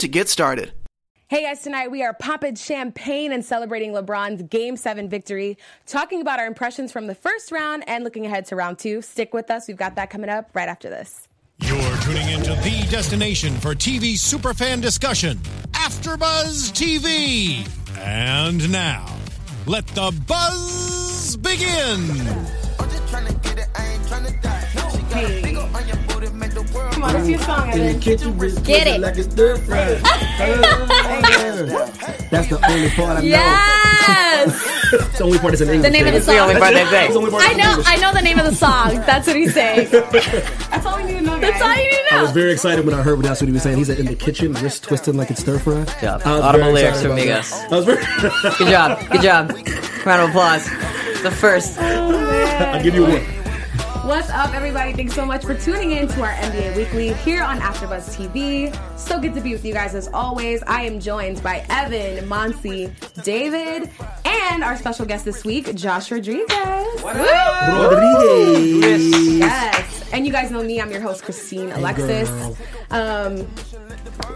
to get started. Hey guys, tonight we are popping champagne and celebrating LeBron's Game 7 victory, talking about our impressions from the first round and looking ahead to round two. Stick with us, we've got that coming up right after this. You're tuning into the destination for TV superfan discussion, AfterBuzz TV. And now, let the buzz begin. Come on, let's do a song, Evan. kitchen with Get it. like it's stir fry. That's the only part I Yes! That's the only part that's in English. The name of the song. That's the only part I that's in know, English. I know the name of the song. That's what he's saying. That's That's all we need to know, guys. all you need to I was know. very excited when I heard what that's what he was saying. He said in the kitchen, wrist twisting like it's stir fry. job. I was Audible very lyrics excited from about Migos. that. I was very. Good job. Good job. Round of applause. The first. I'll give you one. What's up, everybody? Thanks so much for tuning in to our NBA Weekly here on AfterBuzz TV. So good to be with you guys as always. I am joined by Evan, Monsi, David, and our special guest this week, Josh Rodriguez. Woo! Rodriguez. Yes. And you guys know me. I'm your host, Christine Alexis. girl. Um,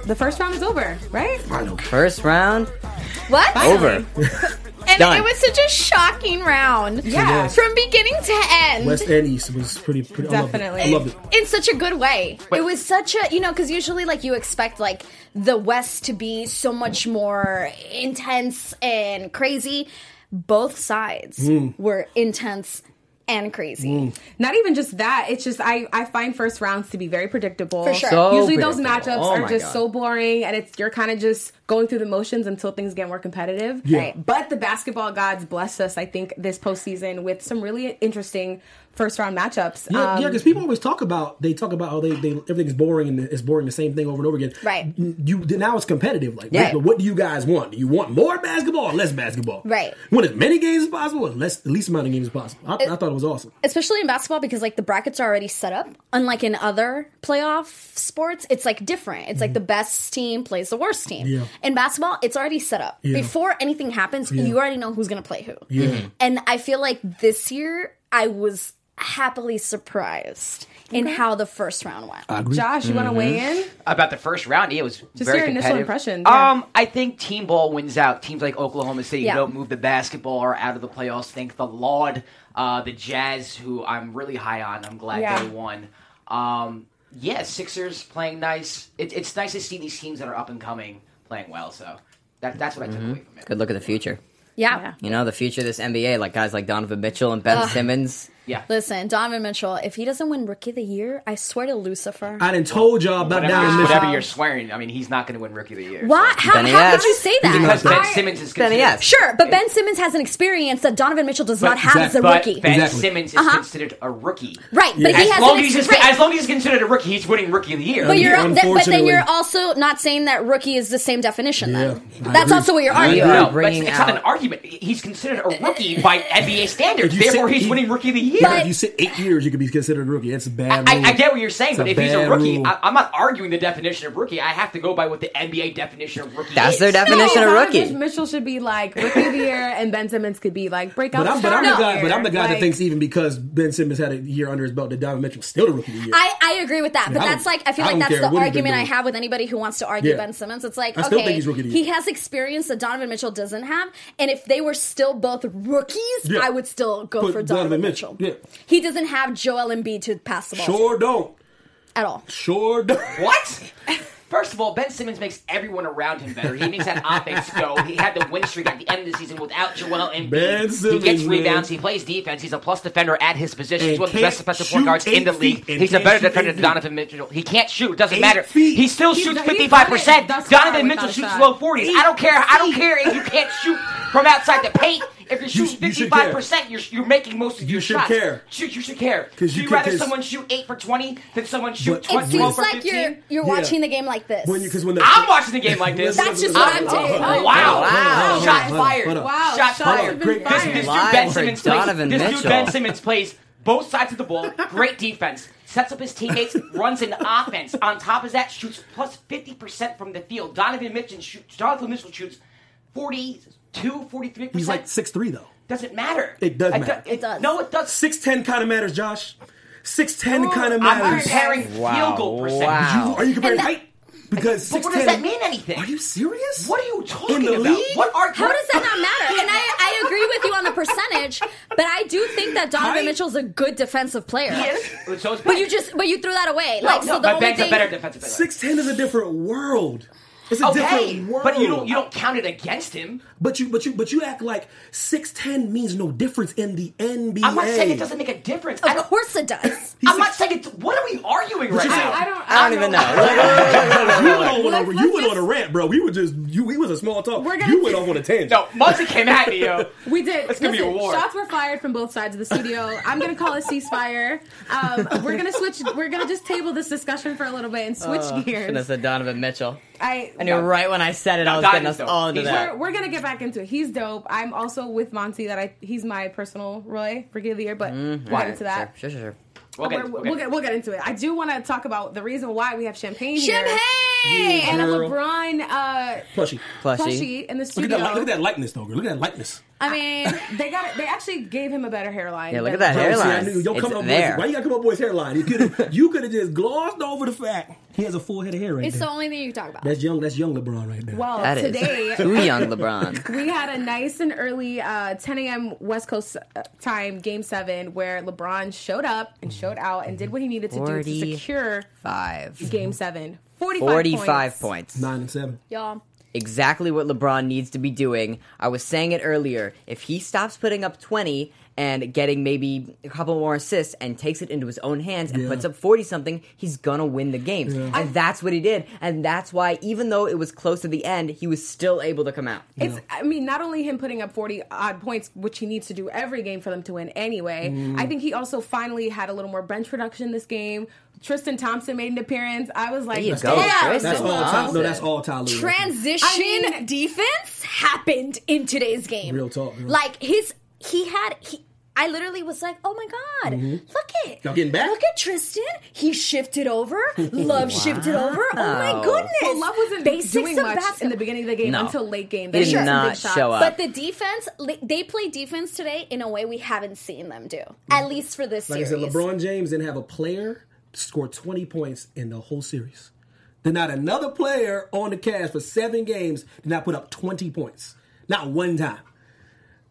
the first round is over, right? First round. What? Over. And Done. it was such a shocking round. Yeah. From beginning to end. West and East was pretty. pretty Definitely. I loved it. I loved it. in such a good way. It was such a you know because usually like you expect like the West to be so much more intense and crazy. Both sides were intense and crazy. Not even just that. It's just I, I find first rounds to be very predictable. For sure. So Usually those predictable. matchups Oh are my just God. so boring and it's you're kind of just going through the motions until things get more competitive. Yeah. Right. But the basketball gods bless us, I think, this postseason with some really interesting first round matchups. Yeah, Um, yeah, because people always talk about they talk about oh they, they everything's boring and it's boring the same thing over and over again. Right. You now it's competitive. Like, Yeah. but what do you guys want? Do you want more basketball or less basketball? Right. Want as many games as possible or less the least amount of games as possible? I, I thought it was awesome. especially in basketball because like the brackets are already set up unlike in other playoff sports it's like different it's like the best team plays the worst team Mm-hmm. Yeah. in basketball it's already set up before anything happens you already know who's gonna play who Mm-hmm. and i feel like this year i was happily surprised in how the first round went Josh, you Mm-hmm. want to weigh in? about the first round, yeah, it was Just very your initial competitive. impression, yeah. Um, I think team ball wins out. Teams like Oklahoma City Yeah. who don't move the basketball are out of the playoffs. Thank the Lord. Uh, the Jazz, who I'm really high on, I'm glad Yeah. they won. Um, yeah, Sixers playing nice. It, it's nice to see these teams that are up and coming playing well. So that, that's what I took away from it. Good look at the future. yeah, You know, the future of this NBA, like guys like Donovan Mitchell and Ben Simmons. Yeah, Listen, Donovan Mitchell, if he doesn't win Rookie of the Year, I swear to Lucifer. I didn't told y'all about whatever, down you're, in Michigan. whatever you're swearing, I mean, he's not going to win Rookie of the Year. what? How, how Then he could has- you say Because that? Ben Simmons is Then considered. he has. Sure, but Ben Simmons has an experience that Donovan Mitchell does not have as a But rookie. Ben Exactly. Simmons is considered a rookie. Right, but he As has an long as, he's, experience. as long as he's considered a rookie, he's winning Rookie of the Year. but Yeah, you're th- but then unfortunately. you're also not saying that rookie is the same definition. Then Yeah, I that's agree. also what you're I arguing. agree. No, but bringing it's, it's not an out- argument. He's considered a rookie by NBA standards. If you Therefore, sit- he's you- winning Rookie of the Year. Yeah, if you sit eight years, you could be considered a rookie. It's a bad. I, rule. I get what you're saying, It's but a if he's a bad rookie, rule. I, I'm not arguing the definition of rookie. I have to go by what the NBA definition of rookie That's is. their definition of Donovan rookie. Mitchell should be like rookie of the year, and Ben Simmons could be like breakout. But I'm, but I'm the star guy. But I'm the guy like, that thinks even because Ben Simmons had a year under his belt, that Donovan Mitchell was still the rookie of the year. I, I agree with that, but I don't- that's like I feel I like don't that's care the what he's been argument I doing. have with anybody who wants to argue Yeah. Ben Simmons. It's like I still okay, think he's rookie of the he year. has experience that Donovan Mitchell doesn't have, and if they were still both rookies, Yeah. I would still go Put for Donovan, Donovan Mitchell. Mitchell, yeah. He doesn't have Joel Embiid to pass the ball to sure don't. at all. Sure don't. What? First of all, Ben Simmons makes everyone around him better. He makes that offense go. He had the win streak at the end of the season without Joel Embiid. Ben he Simmons, gets man. rebounds. He plays defense. He's a plus defender at his position. And He's one of the can't best defensive shoot point guards in the eight league. feet and He's a can't better shoot defender eight than feet. Donovan Mitchell. He can't shoot. It doesn't Eight matter. feet. He still He's- shoots he's done it fifty five percent. thus far Donovan without Mitchell a shoots shot. low forties. I don't care. I don't feet. care if you can't shoot from outside the paint. if you're You shooting sh- you should fifty five percent, you're you're making most of You your should shots. care. Shoot, you should care. Do 'Cause you you can- rather 'cause- someone shoot eight for twenty than someone shoot But- It 20, seems for like 15? you're Yeah. you're watching the game like this. When you, because when the, I'm watching the game like this. That's just what I'm doing. Wow! Wow. Wow! Shot uh, Wow. fired! Wow. Wow, Shot shots have fired! been Great- This, this dude Live Ben for Simmons plays. Donovan this dude Mitchell. Ben Simmons plays both sides of the ball. Great defense. Sets up his teammates. runs an offense. On top of that, shoots plus fifty percent from the field. Donovan Mitchell shoots. Donovan Mitchell shoots 42, 43 percent. he's like six three though. Doesn't matter. It does I matter. do- it, It does. No, it does. Six ten kind of matters, Josh. Six ten kind of I'm matters. comparing Wow. field goal percentage. Wow. Are you comparing And height? Because But what 6'10" does that mean anything? Are you serious? What are you talking In the about? league? What are How does that not matter? And I, I agree with you on the percentage, but I do think that Donovan I- Mitchell's a good defensive player. He is. So is But Ben. you just but you threw that away. No, like no, so the but only Ben's thing a better defensive player. Six ten is a different world. It's a Okay, different world. but you don't you don't count it against him. But you, but you, but you act like six ten means no difference in the NBA. I'm not saying it doesn't make a difference. I of don't, course it does. I'm not saying it's. What are we arguing right you now? said- I don't. I don't even know. You went on, Let's- a, let's you went just- on a rant, bro. We were just you. We was a small talk. We're gonna- You went off on a tangent. no, Munson came at me, yo. We did. Let's give me Listen, a war. Shots were fired from both sides of the studio. I'm gonna call a ceasefire. Um, we're gonna switch. We're gonna just table this discussion for a little bit and switch Should Oh, have gears. said Donovan Mitchell. I. I knew right when I said it, I was Donovan getting us Mitchell. all into He's that. We're, we're gonna get back into it. He's dope. I'm also with Monty. That I. He's my personal Roy Rookie of the Year, but we'll get into that. Mm-hmm. Sure, sure, sure. We'll get- We're- we'll we'll, get- get, we'll get into it. I do want to talk about the reason why we have champagne, Champagne. here and a Girl. LeBron uh, plushie. Plushie. plushie in the Look at, studio. that, li- look at that likeness, though, girl. Look at that likeness. I mean, They got. They actually gave him a better hairline. Yeah, look at than- that Bro, Oh, see, I hairline. knew you. Yo, It's come up there. Boys, why you got come up boys hairline? You could you could have just glossed over the fact he has a full head of hair right it's there. the only thing you can talk about. that's young. That's young LeBron right there. Well, That is today too young, LeBron. we had a nice and early uh, 10 a.m. West Coast uh, time game seven where LeBron showed up and showed out and did what he needed to do to 40. secure Five. game seven. 45, 45 points. points. nine and seven. Y'all. exactly what LeBron needs to be doing. I was saying it earlier. If he stops putting up 20 and getting maybe a couple more assists and takes it into his own hands and Yeah. puts up 40 something, he's going to win the games. And that's what he did. And that's why, even though it was close to the end, he was still able to come out. It's, I mean, not only him putting up 40 odd points, which he needs to do every game for them to win anyway, Mm. I think he also finally had a little more bench production this game. Tristan Thompson made an appearance. I was like, There you "Let's go, go." Tristan. That's all Thompson. time. No, that's all Ty Lue. transition I mean- defense happened in today's game. Real talk, girl. Like his, he had he. I literally was like, "Oh my god, look it! Mm-hmm. Y'all getting back? Look at Tristan. He shifted over. Love shifted over. Oh my goodness! Well, Love wasn't Basics doing of much in the basketball. beginning of the game No. until late game. He They did shot some big not shots. show up. Uh, But the defense, li- they play defense today in a way we haven't seen them do. At least for this Like I series. said, LeBron James didn't have a player score 20 points in the whole series. Then not another player on the Cavs for seven games did not put up 20 points. Not one time.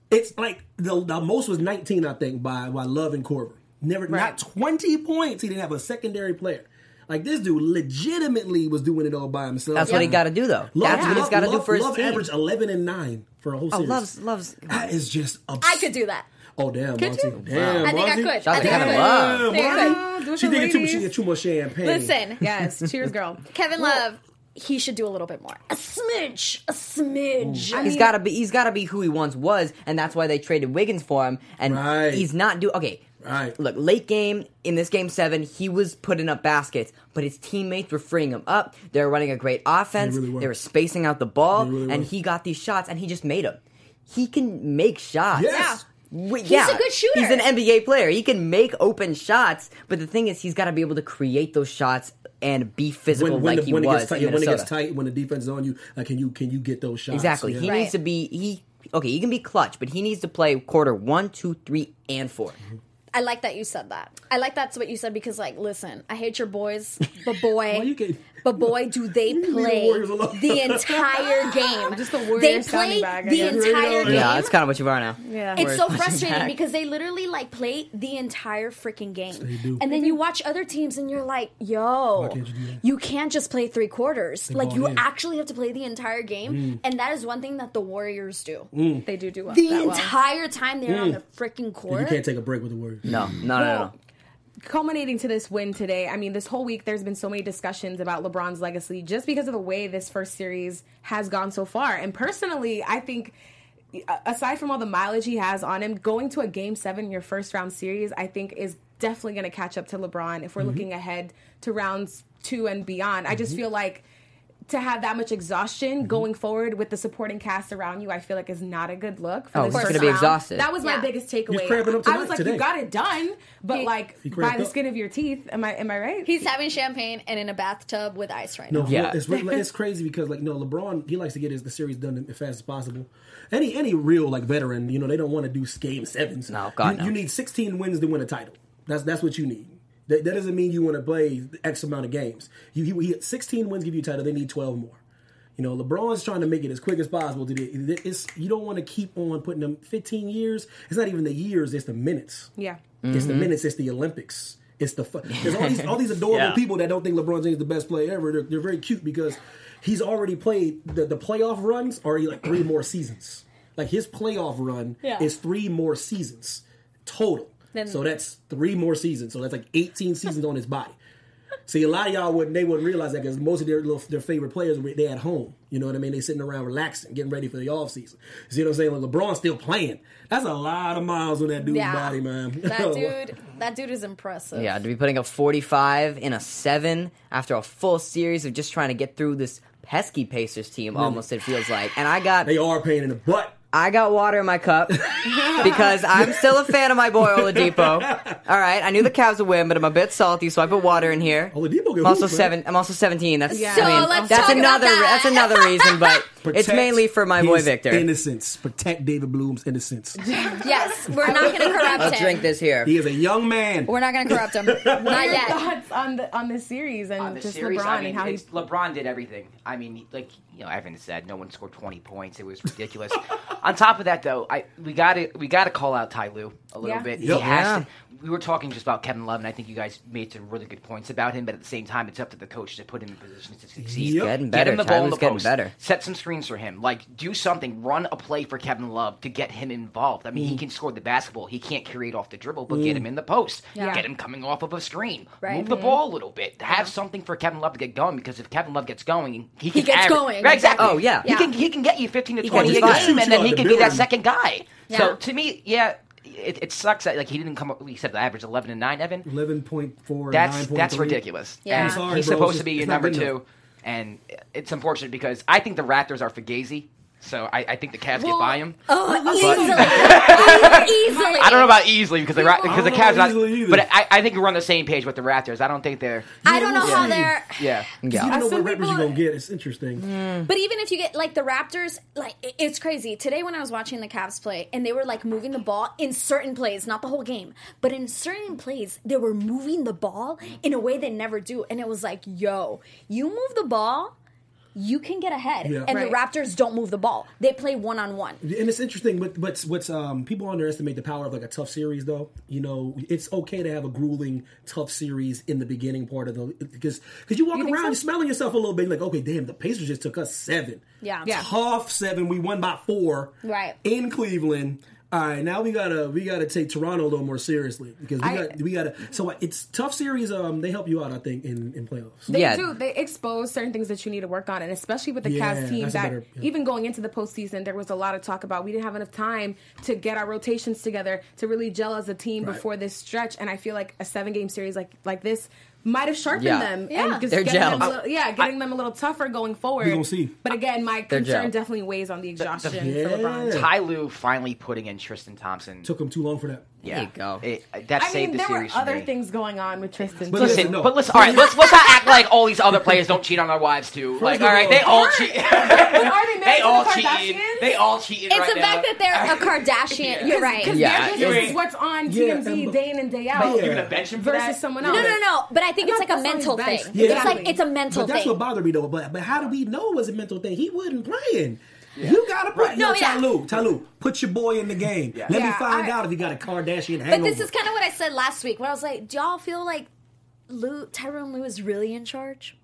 It's like the, the most was 19, I think, by, by Love and Corver. Never, Right. not 20 points. He didn't have a secondary player. Like this dude legitimately was doing it all by himself. That's what he got to do, though. Love- that's what he's Love- got to do Love- for his Love team. averaged 11 and 9 for a whole Oh, series. loves, loves. That is just absurd. I could do that. Oh damn, Could Monty. you? Damn, I think I Monty. could. Shout out I to think I Kevin could. Love. Damn, There you Monty. go. Do it She for drinking too much. She ladies. drinking too much champagne. Listen, Yes, cheers, girl. Kevin Love, he should do a little bit more. A smidge. A smidge. He's got to be. He's got to be who he once was, and that's why they traded Wiggins for him. And Right. he's not do okay. Right. Look, late game in this game seven, he was putting up baskets, but his teammates were freeing him up. They were running a great offense. They really were. they were spacing out the ball, They really and were. he got these shots, and he just made them. He can make shots. Yes. Wait, He's a good shooter. He's an NBA player. He can make open shots, but the thing is, he's got to be able to create those shots and be physical When, when, like the, he when, it was gets tight, in yeah, when it gets Minnesota. tight, when the defense is on you, like can you can you get those shots? Exactly. Yeah. He Right. needs to be he okay, he can be clutch, but he needs to play quarter one, two, three, and 4 I like that you said that. I like that's what you said because, like, listen, I hate your boys, but boy, Why you get- but boy, do they the play Warriors alone. the entire game? Just a Warriors they play sounding bag, I the guess. entire game. Yeah, that's kind of what you are now. Yeah. It's so Whereas- frustrating back. because they literally like play the entire freaking game, and then you watch other teams and you're like, "Yo, can't you do that? you can't just play three quarters. like ball you in. Mm. actually have to play the entire game." And that is one thing that the Warriors do. They do do well. The that well. entire time they're on the freaking Mm. You court, can't take a break with the Warriors. No, no, no, no. culminating to this win today, I mean, this whole week there's been so many discussions about LeBron's legacy just because of the way this first series has gone so far. And personally, I think a- aside from all the mileage he has on him, going to a game seven in your first round series, I think is definitely going to catch up to LeBron if we're Mm-hmm. looking ahead to rounds two and beyond. I just feel like to have that much exhaustion Mm-hmm. going forward with the supporting cast around you, I feel like is not a good look. For Oh, this he's first gonna be round. exhausted. That was my Yeah. biggest He's takeaway. cramping up I tonight- was like, today. you got it done, but He- like He cramped by the up. skin of your teeth. Am I am I right? He's having champagne and in a bathtub with ice right No, now. for- Yeah. it's, re- it's crazy because like no LeBron, he likes to get his the series done as fast as possible. Any any real like veteran, you know, they don't want to do game sevens. No, God, you, no. you need 16 wins to win a title. That's that's what you need. That, that doesn't mean you want to play X amount of games. You he, he, 16 wins give you a title. They need 12 more. You know, LeBron's trying to make it as quick as possible. To the, it's you don't want to keep on putting them 15 years. It's not even the years. It's the minutes. Yeah. It's the minutes. It's the Olympics. It's the fu- there's all these all these adorable Yeah. people that don't think LeBron James is the best player ever. They're, they're very cute because he's already played the, the playoff runs are like three more seasons. Like his playoff run Yeah. is three more seasons total. Then- so that's three more seasons. So that's like 18 seasons on his body. See, a lot of y'all wouldn't they wouldn't realize that because most of their little, their favorite players they at home. You know what I mean? They sitting around relaxing, getting ready for the off season. See what I'm saying? Like LeBron's still playing. That's a lot of miles on that dude's Yeah. body, man. That dude, that dude is impressive. Yeah, to be putting up 45 in a 7 after a full series of just trying to get through this pesky Pacers team almost it feels like. And I got They are paying in the butt. I got water in my cup because I'm still a fan of my boy Oladipo. All right, I knew the Cavs would win, but I'm a bit salty, so I put water in here. Oladipo get I'm also hooped, man. seven. I'm also 17. That's Yeah. I So mean, that's let's talk about another that. that's another reason, but it's Protect mainly for my boy his Victor. Innocence. Protect David Bloom's innocence. Yes, we're not going to corrupt I'll him. drink this here. he is a young man. We're not going to corrupt him. not Your yet. thoughts on the on the series and on Uh, the just series, LeBron I mean, and how it's- he's LeBron did everything. I mean, like you know, Evan said, no one scored twenty points. It was ridiculous. On top of that, though, I we got to we got to call out Ty Lue a little Yeah. bit. Yep. He has Yeah. to. We were talking just about Kevin Love, and I think you guys made some really good points about him. But at the same time, it's up to the coach to put him in position to succeed. Yep. Getting Get better. him the ball in Tyler's the getting post. better. Set some screens for him. Like do something. Run a play for Kevin Love to get him involved. I mean, Mm-hmm. he can score the basketball. He can't create off the dribble, but get him in the post. Yeah. Get him coming off of a screen. Right. Move the ball a little bit. Have something for Kevin Love to get going because if Kevin Love gets going, he, can gets aver- going. Right, exactly. Oh, yeah. He Yeah. can he can get you 15 to 20 a just shoot game, you and then out he the can be that building. second guy. Yeah. So to me, yeah, it, it sucks that like he didn't come up. He said the average 11 and 9, Evan. 11.4. That's 9.3. that's ridiculous. Yeah. And I'm sorry, he's bro, supposed it's to be just- your it's not number good two, and it's unfortunate because I think the Raptors are Fugazi, so I, I think the Cavs get by him. Oh, easily. Oh, easily. I don't know about easily because the Ra- I because the don't know about Cavs, are easily either. not, but I, I think we're on the same page with the Raptors. I don't think they're I don't know Yeah. how they're. Hmm. yeah. You Yeah. don't know Some what rappers you're people- going to get. It's interesting. But even if you get like the Raptors, like it- it's crazy. Today when I was watching the Cavs play and they were like moving the ball in certain plays, not the whole game, but in certain plays they were moving the ball in a way they never do and it was like, "Yo, you move the ball, you can get ahead." Yeah. And the Right. Raptors don't move the ball. They play one-on-one. And it's interesting, but what's what's um people underestimate the power of like a tough series, though. You know, it's okay to have a grueling, tough series in the beginning part of the because because you walk think around, so? you're smelling yourself a little bit, like okay, damn, the Pacers just took us seven, Yeah. Yeah. tough seven. We won by four, Right. in Cleveland. All right, now we gotta we gotta take Toronto a little more seriously because we I- got we gotta. So uh, it's tough series. Um, they help you out, I think, in in playoffs. They Yeah. do. They expose certain things that you need to work on, and especially with the Yeah, Cavs team that's a that better- yeah. even going into the postseason, there was a lot of talk about we didn't have enough time to get our rotations together to really gel as a team Right. before this stretch. And I feel like a seven game series like like this might have sharpened Yeah. them. Yeah. and just They're getting them a gelled. little, yeah, getting them a little tougher going forward. We gonna see. But again, my They're concern gelled. definitely weighs on the exhaustion for Yeah. LeBron. Ty Lue finally putting in Tristan Thompson. Took them too long for that. yeah. There you go. It- that I saved mean, the there were series. for other me. things going on with Tristan. But too. Listen, No. but let's all right. Let's let's not act like all these other players don't cheat on their wives too. like, of all right, all- they all cheat. But are they married they to all the cheated. Kardashians? They all cheated. It's right the now. fact that they're a Kardashian. You're right. Because Yeah. their business Yeah. is what's on Yeah, TMZ and- day in and day But out. you're gonna bench him for versus that? someone No, else. no, no. But I think I'm it's not like a pressing mental his thing. bench. Yeah. It's like Exactly. it's a mental But that's thing. what bothered me though. But but how do we know it was a mental thing? He wasn't playing. You gotta put No, no, yeah. Talu, Talu, put your boy in the game. Let me Yeah, I- find out if he got a Kardashian hangover. But this is kind of what I said last week, where I was like, "Do y'all feel like Lou Tyrone Lou is really in charge?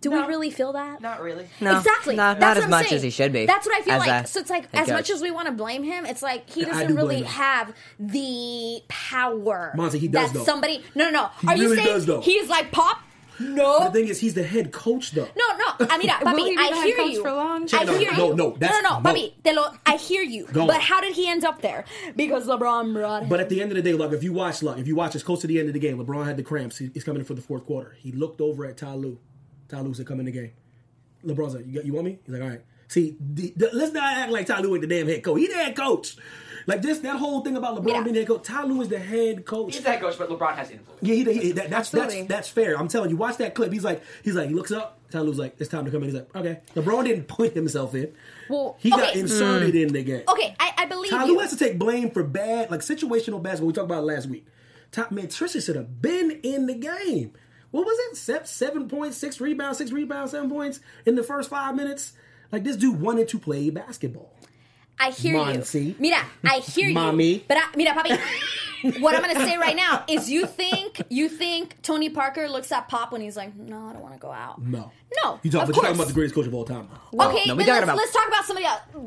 Do we No. really feel that? Not really. No, exactly. Not, That's not what as I'm much saying. as he should be. That's what I feel as like. a- so it's like, a as coach. much as we want to blame him, it's like he Yeah, I doesn't do really blame him. have the power. Monty, he does, that though. somebody. No, no, no. He Are you really saying does, though. he's like pop? No. The thing is, he's the head coach, though. No, no, I mean, Will he Bobby, be the I head hear coach you. for long? I No, hear no, you. no, that's- no, no, no. Bobby, te lo, I hear you. No. But how did he end up there? Because LeBron brought him. But at the end of the day, look, if you watch, look, if you watch, it's close to the end of the game. LeBron had the cramps. He- He's coming in for the fourth quarter. He looked over at Tyloo. Tyloo said, "Come in the game." LeBron's like, "You, got, you want me?" He's like, "All right." See, the, the, let's not act like Tyloo ain't the damn head coach. He the head coach. Like this, that whole thing about LeBron Yeah. being the head coach. Tyloo is the head coach. He's the head coach, but LeBron has influence. Yeah, he, he, that, that's, that's Absolutely. that's fair. I'm telling you, watch that clip. He's like, he's like, he looks up. Tyloo's like, it's time to come in. He's like, okay. LeBron didn't put himself in. Well, he got okay. inserted in the game. okay, I, I believe Tyloo you. has to take blame for bad, like situational basketball. We talked about it last week. Top man, Trisha should have been in the game. What was it? Se- Seven points, six rebounds, six rebounds, seven points in the first five minutes. Like this dude wanted to play basketball. I hear you. Monty. Mira, I hear you. Mommy. But I, mira, papi, what I'm going to say right now is you think you think Tony Parker looks at Pop when he's like, no, I don't want to go out. No, No, You talk, of but you're talking course. about the greatest coach of all time. okay, no, we talking but let's, about- let's talk about somebody else. Uh,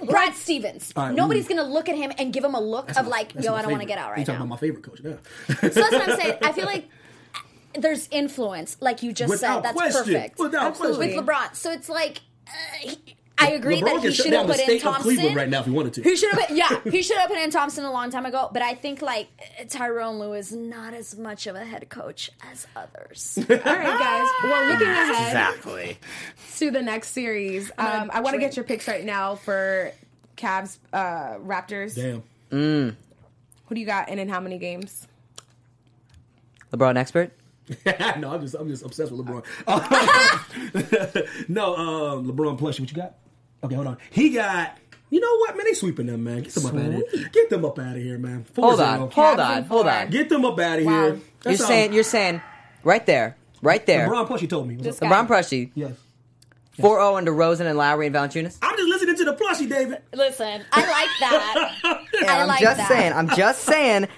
uh, uh, Brad Stevens. All right, Nobody's mm. going to look at him and give him a look of like, That's yo, my I don't want to favorite. get out You right talking now. about my favorite coach? Yeah. So that's what I'm saying. I feel like uh, there's influence, like you just Without said. That's question. perfect. Without Absolutely. question. With LeBron. So it's like, uh, he, I agree LeBron that can he shut should down have the put in state of Cleveland Thompson. right now if he wanted to. He should have, been- yeah, he should have put in Thompson a long time ago. But I think like Tyrone Lue is not as much of a head coach as others. All right, guys. Well, looking Ah. ahead Exactly. to the next series, um, I want to get your picks right now for Cavs uh, Raptors. Damn. Who do you got, and in how many games? LeBron expert. no, I'm just I'm just obsessed with LeBron. no, um, LeBron plushie. What you got? Okay, hold on. He got. You know what, man? They sweeping them, man. Get them up out of here. Get them up out of here, man. Four Hold on, zero. hold Cavs on, and hold four. on. Get them up out of Wow. here. You're That's all. saying, you're saying, right there, right there. LeBron plushie told me. This guy. LeBron Prushy, Yes. 4-0 under Rosen and Lowry and Valanciunas. I'm just listening to the plushie, David. Listen, I like that. I I'm like just that. saying. I'm just saying.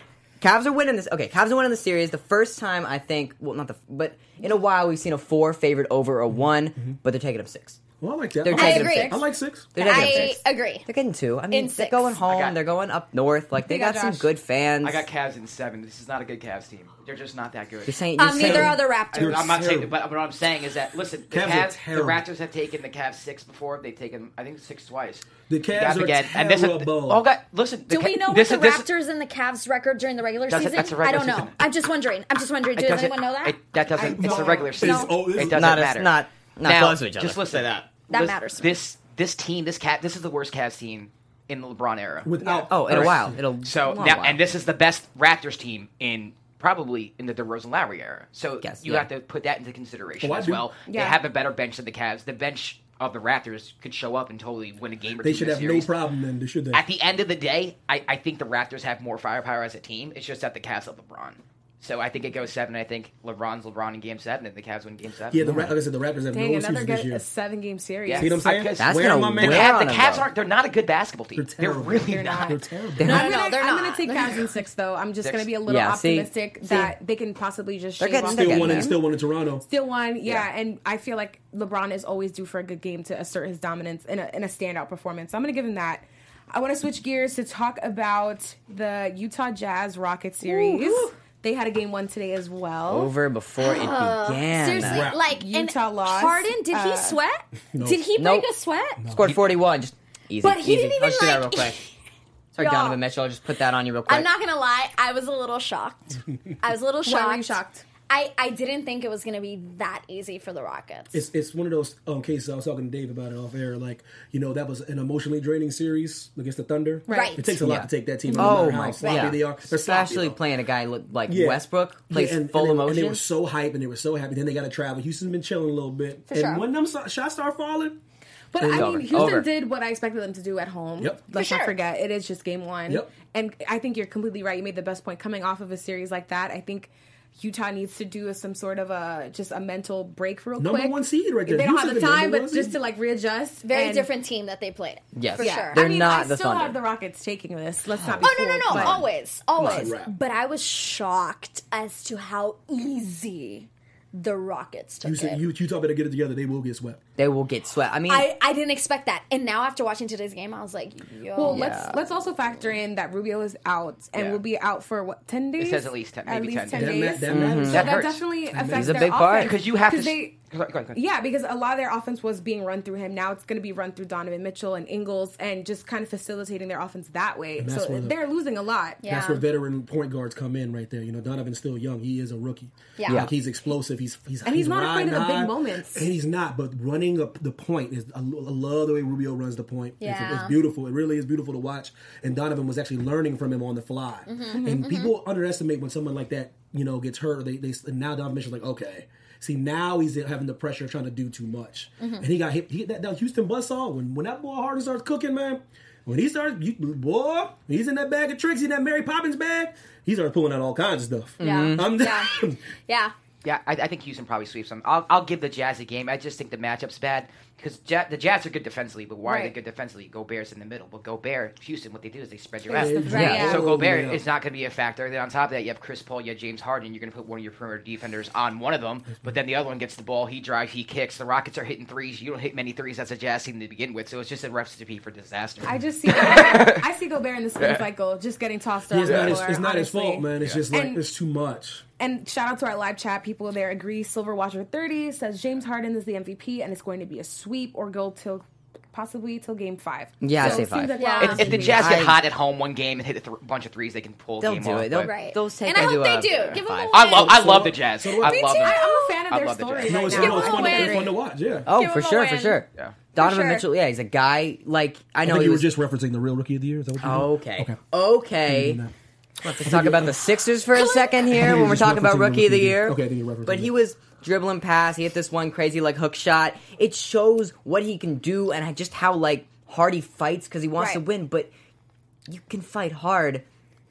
Cavs are winning this. Okay, Cavs are winning the series. The first time I think, well, not the, but in a while we've seen a four favored over Mm-hmm. a one, but they're taking up six. Well, I like that. They're I taking like agree. six. I like six. They're taking up I six. agree. They're getting two. I mean, In they're six. going home. got- they're going up north. Like they Yeah, got some Josh. good fans. I got Cavs in seven. This is not a good Cavs team. They're just not that good. You're saying you're Um, saying, neither are the I, Raptors. am not saying, terrible. but what I'm saying is that listen, the Cavs are Cavs, the terrible. Raptors have taken the Cavs six before. They've taken, I think, six twice. The You Cavs gotta are get- and this- terrible. oh God, listen. Do we know this, what the this- Raptors and the Cavs record during the regular Doesn't- season? that's a regular I don't know. season. I'm just wondering. I'm just wondering. it Does doesn't- anyone know that? It, that doesn't. I- it's the no. regular It's- season. oh, it's it doesn't not as- matter. not- not now, close to each other. Just listen. Say that. That This- matters. This this team, this cat, this is the worst Cavs team in the LeBron era. Without oh, in a Right. while. It'll So long now, while. and this is the best Raptors team in probably in the DeRozan Lowry era. So Yes, you yeah. have to put that into consideration Oh, I as do. well. Yeah. They have a better bench than the Cavs. The bench of the Raptors could show up and totally win a game or They two should this have series. no problem then. They should. Have. At the end of the day, I, I think the Raptors have more firepower as a team. It's just that the Cavs have LeBron. So I think it goes seven. I think LeBron's LeBron in Game Seven, and the Cavs win Game Seven. yeah, the, Ra- like I said, the Raptors have Dang, no another excuses good this a year. seven-game series. Yeah. See what I'm saying? Because- That's Where gonna am I, man? the wear Cavs, on the them, Cavs though. aren't. They're not a good basketball team. They're, terrible. really They're not. They're terrible. They're I'm not- No, gonna, no, they're I'm not. gonna take Cavs in six, though. I'm just Six. gonna be a little Yeah, see- optimistic see. that they can possibly just They're shave getting- off they're Still the one, getting in, still one in Toronto. Still one, yeah, Yeah. and I feel like LeBron is always due for a good game to assert his dominance in a, in a standout performance. So I'm going to give him that. I want to switch gears to talk about the Utah Jazz Rocket series. They had a game one today as well. over before it began. Seriously, Wow. like and Utah lost. Harden, did he Uh, sweat? Did he break Nope. a sweat? Scored 41. Just easy. But he easy. didn't I'll just even, do that like- real quick. Sorry, Y'all. Donovan Mitchell. I'll just put that on you real quick. I'm not gonna lie, I was a little shocked. I was a little shocked. Why were you shocked? I, I didn't think it was gonna be that easy for the Rockets. it's it's one of those um, cases I was talking to Dave about it off air. Like you know that was an emotionally draining series against the Thunder. Right. It takes a lot Yeah. to take that team. no Oh matter how my sloppy god! they are. They're sloppy, Especially though. playing a guy look like Yeah. Westbrook plays Yeah, and- and full they, emotion. And they were so hype and they were so happy. Then they got to travel. Houston's been chilling a little bit. and sure. when them so- shots start falling, But I mean, over. Houston Over. did what I expected them to do at home. Yep. Let's For not sure. forget, it is just game one. Yep. And I think you're completely right. You made the best point coming off of a series like that. I think Utah needs to do some sort of a just a mental break real Number quick. one seed right there. They don't have the Houston's the time, number but one just seed. to like readjust. Very and- different team that they played. Yes. For Yeah. sure. They're I mean, I not the still Thunder. have the Rockets taking this. Let's not. Be Oh no no fooled, no! but- Always, always. Right. But I was shocked as to how easy the Rockets took Houston, it. you, Utah better get it together. They will get swept. They will get swept. I mean, I, I didn't expect that. And now after watching today's game, I was like, yo. Well, Yeah. let's let's also factor in that Rubio is out and Yeah. will be out for what ten days. says at least 10, maybe 10 days. days. That ma- that Mm. matters. So That that, hurts. definitely affects a their big part. offense. because you have to. s- they- go ahead, go ahead. yeah, because a lot of their offense was being run through him. Now it's going to be run through Donovan Mitchell and Ingles, and just kind of facilitating their offense that way. that's So where the- they're losing a lot. Yeah. That's where veteran point guards come in, right there. You know, Donovan's still young; he is a rookie. Yeah. Yeah. like he's explosive. He's he's And he's not afraid of the riding big high. moments. And he's not, but running up the point is. I lo- I love the way Rubio runs the point. It's- It's, Yeah. beautiful. It really is beautiful to watch. And Donovan was actually learning from him on the fly. Mm-hmm, And people underestimate when someone like that, you know, gets hurt. They they and now Donovan Mitchell's like, okay. See now he's having the pressure of trying to do too much, Mm-hmm. and he got hit. He, that, that Houston buzzsaw when when that boy Harden starts cooking, man. When he starts, you, boy, when he's in that bag of tricks, in that Mary Poppins bag. He starts pulling out all kinds of stuff. Yeah. Mm-hmm. I'm- Yeah. yeah. Yeah, I, I think Houston probably sweeps them. I'll, I'll give the Jazz a game. I just think the matchup's bad because ja- the Jazz are good defensively, but why are they Right. good defensively? Gobert's in the middle, but Gobert, Houston, what they do is they spread your It's ass. the threat, Yeah. yeah. So Gobert Yeah. is not going to be a factor. Then on top of that, you have Chris Paul, you have James Harden. You're going to put one of your perimeter defenders on one of them, but then the other one gets the ball. He drives, he kicks. The Rockets are hitting threes. You don't hit many threes as a Jazz team to begin with, so it's just a recipe for disaster. I just see Gobert, I see Gobert in the spin cycle just getting tossed Yeah, around. it's the not, his, floor, it's not his honestly. fault, man. It's just like And- it's too much. And shout out to our live chat people there. Agree. Silver Watcher thirty says James Harden is the MVP and it's going to be a sweep or go till possibly till game five. Yeah, I'd so say it seems five. like Yeah. we're on If- if the TV. Jazz get I- hot at home one game and hit a th- bunch of threes, they can pull a They'll game do off, it. They'll, but- Right. they'll take And I that hope to they a- do. Give 'em five. a I love, I So love do the I. Jazz. So I do I. Me love I, them. am a fan of I their love the story Jazz. No, right it's, now. no, it's fun, to, win. it's fun to watch. Yeah. Oh, Give for him a sure, for win. sure. Yeah. Donovan sure. Mitchell, yeah, he's a guy like I I know think he you were was. Oh, just referencing the real rookie of the year. Is that what you were doing? okay, okay. uh, Let's talk about the Sixers for a second I here think when you we're just talking about referencing the rookie of the rookie. year. Okay, I think you referenced but it. he was dribbling past. He hit this one crazy like hook shot. It shows what he can do and just how like hard he fights because he wants to Right. win. But you can fight hard,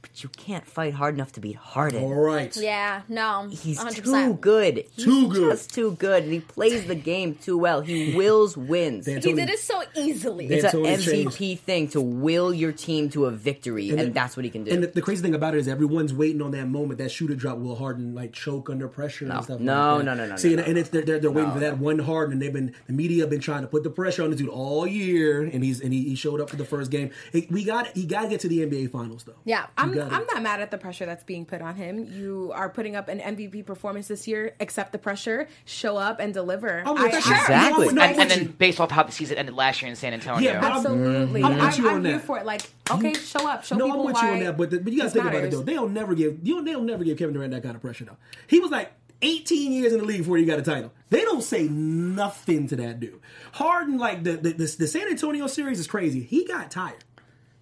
but you can't fight hard enough to beat Harden. All right. Yeah. No. He's 100%. too good. He's Too good. Just too good, and he plays the game too well. He wills wins. They had He Tony- did it so easily. They had It's an Tony MVP changed. thing to will your team to a victory, and, the- that's what he can do. And the, the crazy thing about it is everyone's waiting on that moment. That shooter drop will Harden like choke under pressure No. and stuff. No, like that. no, no, no, See, no, and, no, and it's they're they're, they're waiting No, for that one Harden, and they've been the media have been trying to put the pressure on this dude all year, and he's and he, he showed up for the first game. It- we got you got to get to the NBA Finals though. yeah. I'm, got it. I'm not mad at the pressure that's being put on him. You are putting up an MVP performance this year. Accept the pressure, show up, and deliver. I'm with I- you. I- Exactly. No, I'm with- no, I'm And, and with then you. based off how the season ended last year in San Antonio. Yeah, but I'm- Absolutely. I'm I'm, with you I'm on here that. for it. Like, okay, show up. Show No, people I'm with why you on that, but the, but you gotta this think about it matters. though. They'll never give you. They'll never give Kevin Durant that kind of pressure though. He was like 18 years in the league before he got a title. They don't say nothing to that dude. Harden, like the the, the, the San Antonio series is crazy. He got tired.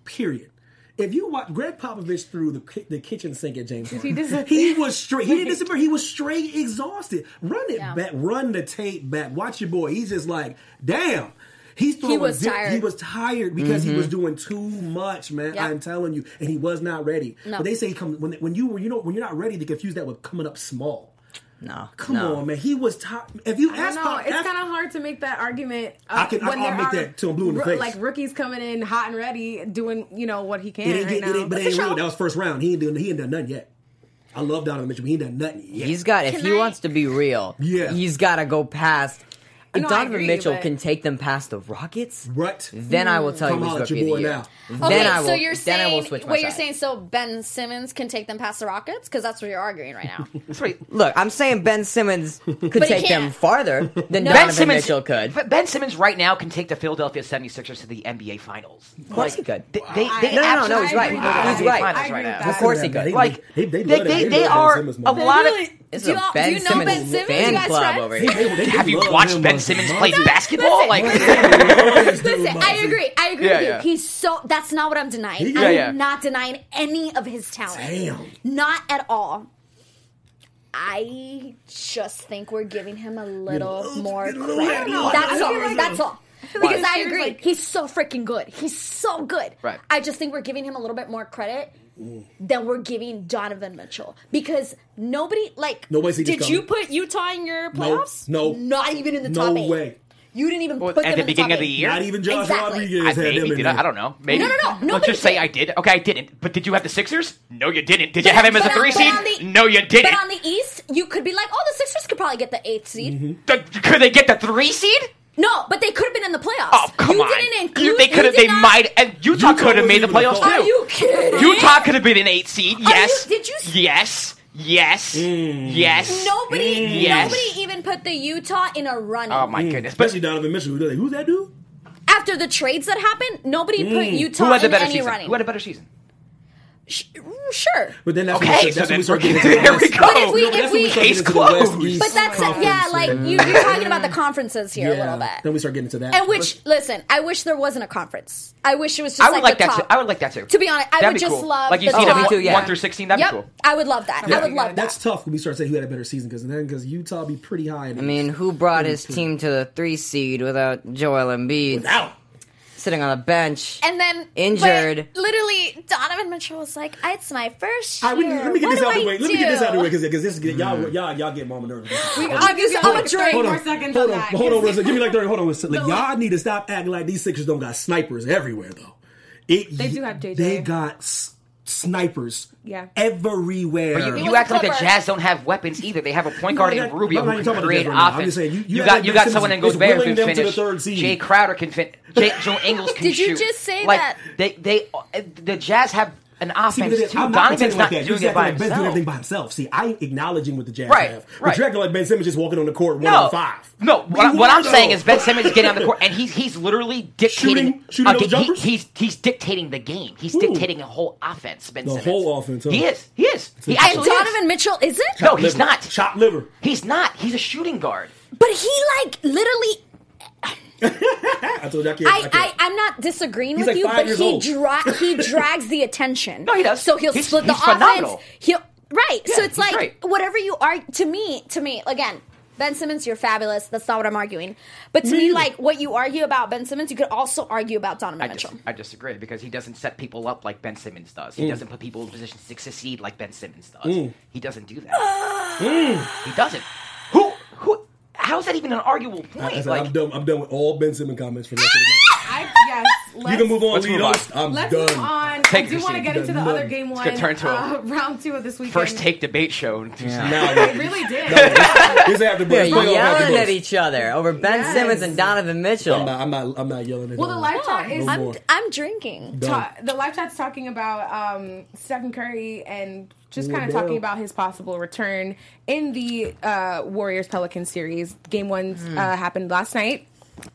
Period. If you watch Greg Popovich threw the ki- the kitchen sink at James Harden, disappear? he was straight. He didn't disappear. He was straight exhausted. Run it Yeah. back. Run the tape back. Watch your boy. He's just like, damn. He's throwing. was di- He tired. was tired because he was Mm-hmm. doing too much, man. Yep. I'm telling you, and he was not ready. But they say he come when when you were you know when you're not ready, they confuse that with coming up small. no, Come no. on, man. He was tired. If you I ask, don't know. Pop- It's ask- kind of hard to make that argument. Uh, I can- I- when I'll there make are that till I'm blue in the roo- face. Like rookies coming in hot and ready, doing you know what he can it ain't, right get- it now. ain't, but it It's a ain't real. show. That was first round. He ain't doing. He ain't done nothing yet. I love Donovan Mitchell. but He ain't done nothing yet. He's got. If Can he I- wants to be real, Yeah. he's got to go past. If No, I Donovan agree, Mitchell but- can take them past the Rockets, What? then I will tell Come you holler he's at your rookie of the boy year. now. Okay, Then I will. so you're then saying I will switch my what you're side. saying? So Ben Simmons can take them past the Rockets because that's what you're arguing right now. Sorry, Look, I'm saying Ben Simmons could take them can't. farther than No. Donovan Mitchell could. But Ben Simmons right now can take the Philadelphia 76ers to the NBA Finals. Of course he could. They, they, they No, no, no, absolutely he's can right. take He's the NBA right. Finals I agree right with now. that. Of course he They- could. Like They- they they, they, love it. They they, love Ben are Simmons a more. lot of. This is Do a y'all- Ben do you know Simmons, Ben Simmons? fan You guys club friends? over They- they- here. they Have you love watched him, Ben but Simmons Monty- play basketball? Like, Listen, I agree. I agree Yeah, with you. yeah. He's so. That's not what I'm denying. Yeah, I'm yeah. not denying any of his talent. Damn. Not at all. I just think we're giving him a little more little credit. bit more. I That's all. feel like- That's all. Because I Here's agree, like- he's so freaking good. He's so good. Right. I just think we're giving him a little bit more credit Mm. than we're giving Donovan Mitchell because nobody like. Nobody's seen this did you coming. put Utah in your No, playoffs? no. not even in the No top eight. way. You didn't even Well, put at them the in beginning top of the eight. year? Not even Josh Exactly. Rodriguez I had him maybe in did. there. I, I don't know. Maybe. No, no, no, Let's nobody just say did. I did. Okay, I didn't. But did you have the Sixers? No, you didn't. Did you But- have him as a but on- three but seed? on the- No, you didn't. But Mm-hmm. on the East, you could be like, oh, the Sixers could probably get the eighth seed. The- could they get the three seed? No, but they could have been in the playoffs. Oh come you on! Didn't include, you, they could have. did They not- might. And Utah, could have wasn't made the even a playoffs thought. Are too. you kidding? Utah could have been an eight seed. you- Yes. did you s- Yes. Yes. Mm. Yes. Nobody, Mm, Yes. nobody even put the Utah in a running. Oh my goodness! But Especially Donovan Mitchell. They're like, Who's that dude? After the trades that happened, nobody put Utah Mm. who had the in better any season? running. Who had a better season? Sh- mm, sure. But then that's when Okay, we so start, that's when then we start we're- getting into the there we West. go. But if we- No, but if that's when we- we start Case getting into the West closed. East But that's it. Yeah, Conference like and- you, you're talking about the conferences here a Yeah. little bit. Then we start getting to that. And which, listen, I wish there wasn't a conference. I wish it was just I would like the that top. too. I would like that too. To be honest, I That'd would be just cool. love like you the see top. them too, yeah. one through sixteen. That'd yep, be cool. I would love that. I would love That's that. tough when we start saying who had a better season because then because Utah be pretty high. In I mean, who brought his team to the three seed without Joel Embiid Out. sitting on the bench? And then Injured. but literally, Donovan Mitchell was like, "It's my first year. I, let me, let me get What this do out of the I way. Let me get this out of the way do?" because this is y'all y'all y'all get mama nervous. I'll give you I'm a like drink. 30 Hold more on, seconds hold on on, that. hold on, one second. Give me like thirty. Hold on, one second. Like, y'all need to stop acting like these Sixers don't got snipers everywhere though. It, they do have JJ. They got s- snipers. Yeah. everywhere. You, It you was act like the clever. Jazz don't have weapons either. They have a point guard I'm in not- Rubio I'm not who even can talking about the create Jazz offense. right now. I'm just saying, you- you you had got Ben you got Simmons someone in is Gobert who willing can them to the finish. third seed. Jay Crowder can finish. Jay, Joe Ingles can Did shoot. you just say like, that? They they uh, the Jazz have an See, but offense then too. I'm not Donovan's pretending not like that. You're acting doing it by like Ben's doing himself. everything by himself. See, I'm acknowledging what the Jazz Right, have. But right. you're acting like Ben Simmons just walking on the court one No, on five. no. What, You what I'm weirdo. saying is Ben Simmons is getting on the court and he's he's literally dictating. Shooting- shooting a those ga- he- jumpers? he's he's dictating the game. He's Ooh. dictating a whole offense. Ben The Simmons. whole offense, huh? He is. He is. He And actually is. Donovan Mitchell isn't. No, he's not. Chopped liver. He's not. He's a shooting guard. but he like literally. I told you I can't. I, can't. I I'm not disagreeing He's with like you, five but years he old. dra- he drags the attention. No, he does. So he'll He's- split the he's offense. phenomenal. He'll right. so Yeah, it's he's like great. whatever you are to me. To me again. Ben Simmons, you're fabulous. That's not what I'm arguing. But to me, either. like what you argue about Ben Simmons, you could also argue about Donovan I, dis- Mitchell. I disagree because he doesn't set people up like Ben Simmons does. He doesn't put people in positions to succeed like Ben Simmons does. He doesn't do that. He doesn't. Who? Who? How is that even an arguable I, I point? said, like, I'm done. I'm done with all Ben Simmons comments for the rest of the I, yes, let's, night. You can move on, Let's move Lito. on. I'm Let's done. move on. Take I your do want to seat. get into the Done. other game one. gonna turn to a- uh, round two of this weekend. first take debate show. in two seasons. Now, It this really did. is after They're Buzz. Bring on after yelling Buzz. at each other over Ben Yes. Simmons and Donovan I'm Mitchell. not, I'm not. I'm not yelling at. Well, the him. live chat is. No I'm more. I'm drinking. ta- Uh, the live chat's talking about um, Stephen Curry and just kind of Wardell. talking about his possible return in the uh, Warriors Pelicans series. Game one Hmm. uh, happened last night,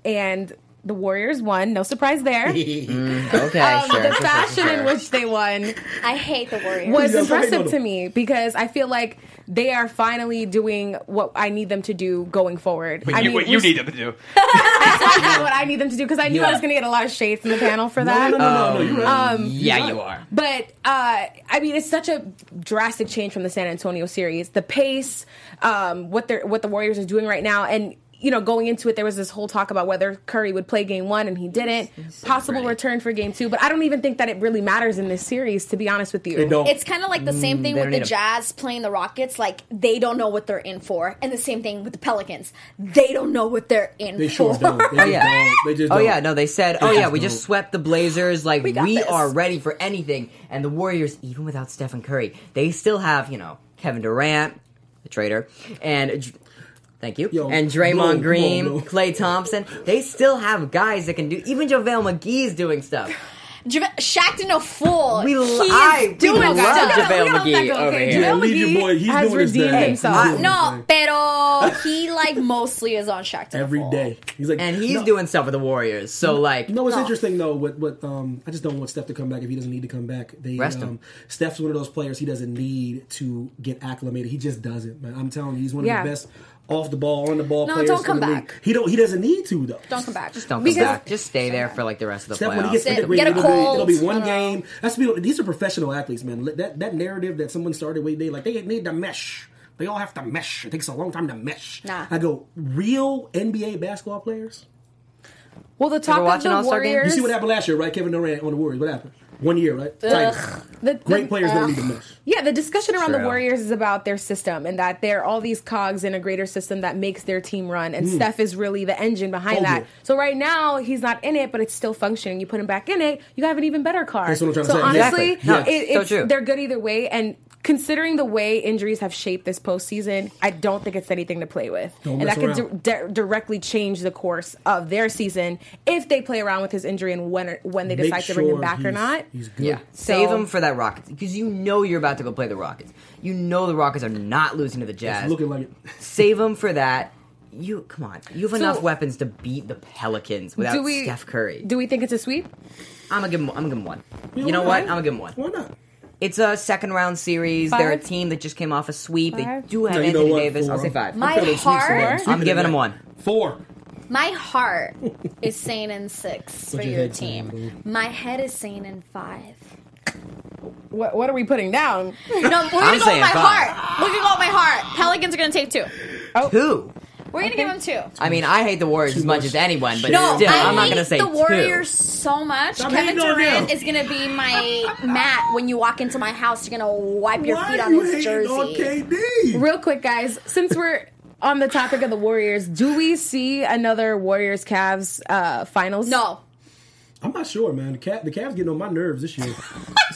and the Warriors won. No surprise there. Okay, Um, the sure. sure, sure, fashion sure. in which they won I hate the Warriors. was Please don't hate on impressive to them. me because I feel like they are finally doing what I need them to do going forward. I You- mean, what you we- need them to do. that's not what I need them to do because I knew I Yeah. was going to get a lot of shade from the panel for No, that. no, no, no, no. You're right. yeah, you are. But uh, I mean, it's such a drastic change from the San Antonio series. The pace, um, what they're what the Warriors are doing right now, and you know, going into it, there was this whole talk about whether Curry would play Game One, and he didn't. Possible great. return for Game Two, but I don't even think that it really matters in this series, to be honest with you. They don't. um, It's kind of like the same thing Mm, they with don't the need 'em. Jazz playing the Rockets. Like they don't know what they're in for, and the same thing with the Pelicans. They don't know what they're in They for. sure don't. They just yeah. don't. They just Oh don't. yeah, no, they said, "Oh yeah, just we just don't. swept the Blazers. Like we, got this." are ready for anything." And the Warriors, even without Stephen Curry, they still have you know Kevin Durant, the traitor, and Dr- thank you, Yo, and blow, Draymond come Green, on, blow. Clay Thompson. They still have guys that can do. Even JaVale McGee's doing stuff. Java- Shaq didn't a fool. We He is lie. We doing love stuff. JaVale We don't let McGee that go, over okay? here. Yeah, JaVale leave your McGee boy. He's has doing his redeemed thing. himself. He's doing Uh, No, his thing. pero he like mostly is on Shaq. to the every fool. day. He's like, And he's no, doing stuff with the Warriors. So like, No, it's No. interesting though. What what um, I just don't want Steph to come back if he doesn't need to come back. They Rest him. um, Steph's one of those players. He doesn't need to get acclimated. He just doesn't. Man, I'm telling you, he's one of Yeah. the best off the ball, on the ball No, players. don't in come the league. back. He don't. He doesn't need to though. Don't come back. just don't come Because- back. Just stay there for like the rest of the Steph, when he gets playoffs. Sit, integrated, get a it'll, be, it'll be cold. one Uh-huh. No, no. game. That's be, these are professional athletes, man. Let- That that narrative that someone started with, they like they need to mesh. They all have to mesh. It takes a long time to mesh. Nah. I go real NBA basketball players. Well, the talk of watching the All-Star Game? You Warriors. You see what happened last year, right? Kevin Durant on the Warriors. What happened? One year, right? Titans. The- Great the- players don't need to mesh. Yeah, the discussion around the True. Warriors is about their system and that they're all these cogs in a greater system that makes their team run. And Hmm. Steph is really the engine behind Told that. you. So right now he's not in it, but it's still functioning. You put him back in it, you have an even better car. That's what I'm trying to so say. honestly, Exactly. No, it- it's so it's- true. they're good either way. And considering the way injuries have shaped this postseason, I don't think it's anything to play with, Don't and mess that could around. di- di- directly change the course of their season if they play around with his injury and when or, when they Make decide to bring him sure back or he's- not. He's good. Yeah, So- save him for that Rockets because you know you're about to go play the Rockets. You know the Rockets are not losing to the Jazz. It's looking like it. save him for that. You come on, you have So- enough weapons to beat the Pelicans without do we Steph Curry. Do we think it's a sweep? I'm gonna give him. I'm gonna give him one. You know what? I'm gonna give him one. Why not? It's a second round series. They're a Five? team that just came off a sweep. They Five? do have No, you know Anthony what? Davis. i I'll Four. say five. My heart, I'm giving him one. Four. my heart is saying in six for What's your your head saying, team. boo? My head is saying in five. What, what are we putting down? No, we're gonna I'm go with saying my five. heart. We're gonna go with my heart. Pelicans are gonna take two. Who? We're gonna give them two. I mean, I hate the Warriors as much much as anyone, but No, still, I I'm not hate gonna say the two. Warriors so much. Stop Kevin hating on Durant them. is gonna be my mat when you walk into my house. You're gonna wipe your Why feet are on you his hating on jersey. KD? Real quick, guys, since we're on the topic of the Warriors, do we see another Warriors Cavs uh, finals? No, I'm not sure, man. The cat, the Cavs getting on my nerves this year.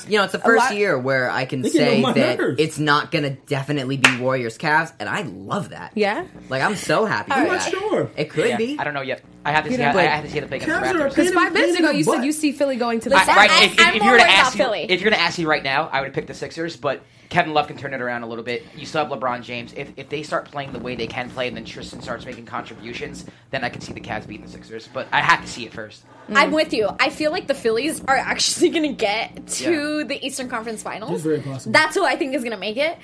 You know, it's the first lot- year where I can get say on my that nerves. it's not gonna definitely be Warriors Cavs, and I love that. Yeah? Like I'm so happy. I'm for not that. sure. It could Yeah, be. I don't know yet. I have to You see. know, How, I but have to see how they play against Cavs the are Raptors. a Because five minutes ago, you said you see Philly going to the Listen, finals. I- right. I- if, if I'm you more were to worried ask about me, Philly. if you're going to ask me right now, I would pick the Sixers. But Kevin Love can turn it around a little bit. You still have LeBron James. If, if they start playing the way they can play, and then Tristan starts making contributions, then I can see the Cavs beating the Sixers. But I have to see it first. Mm. I'm with you. I feel like the Phillies are actually gonna get to the Eastern Conference Finals. It's very possible. That's who I think is gonna make it.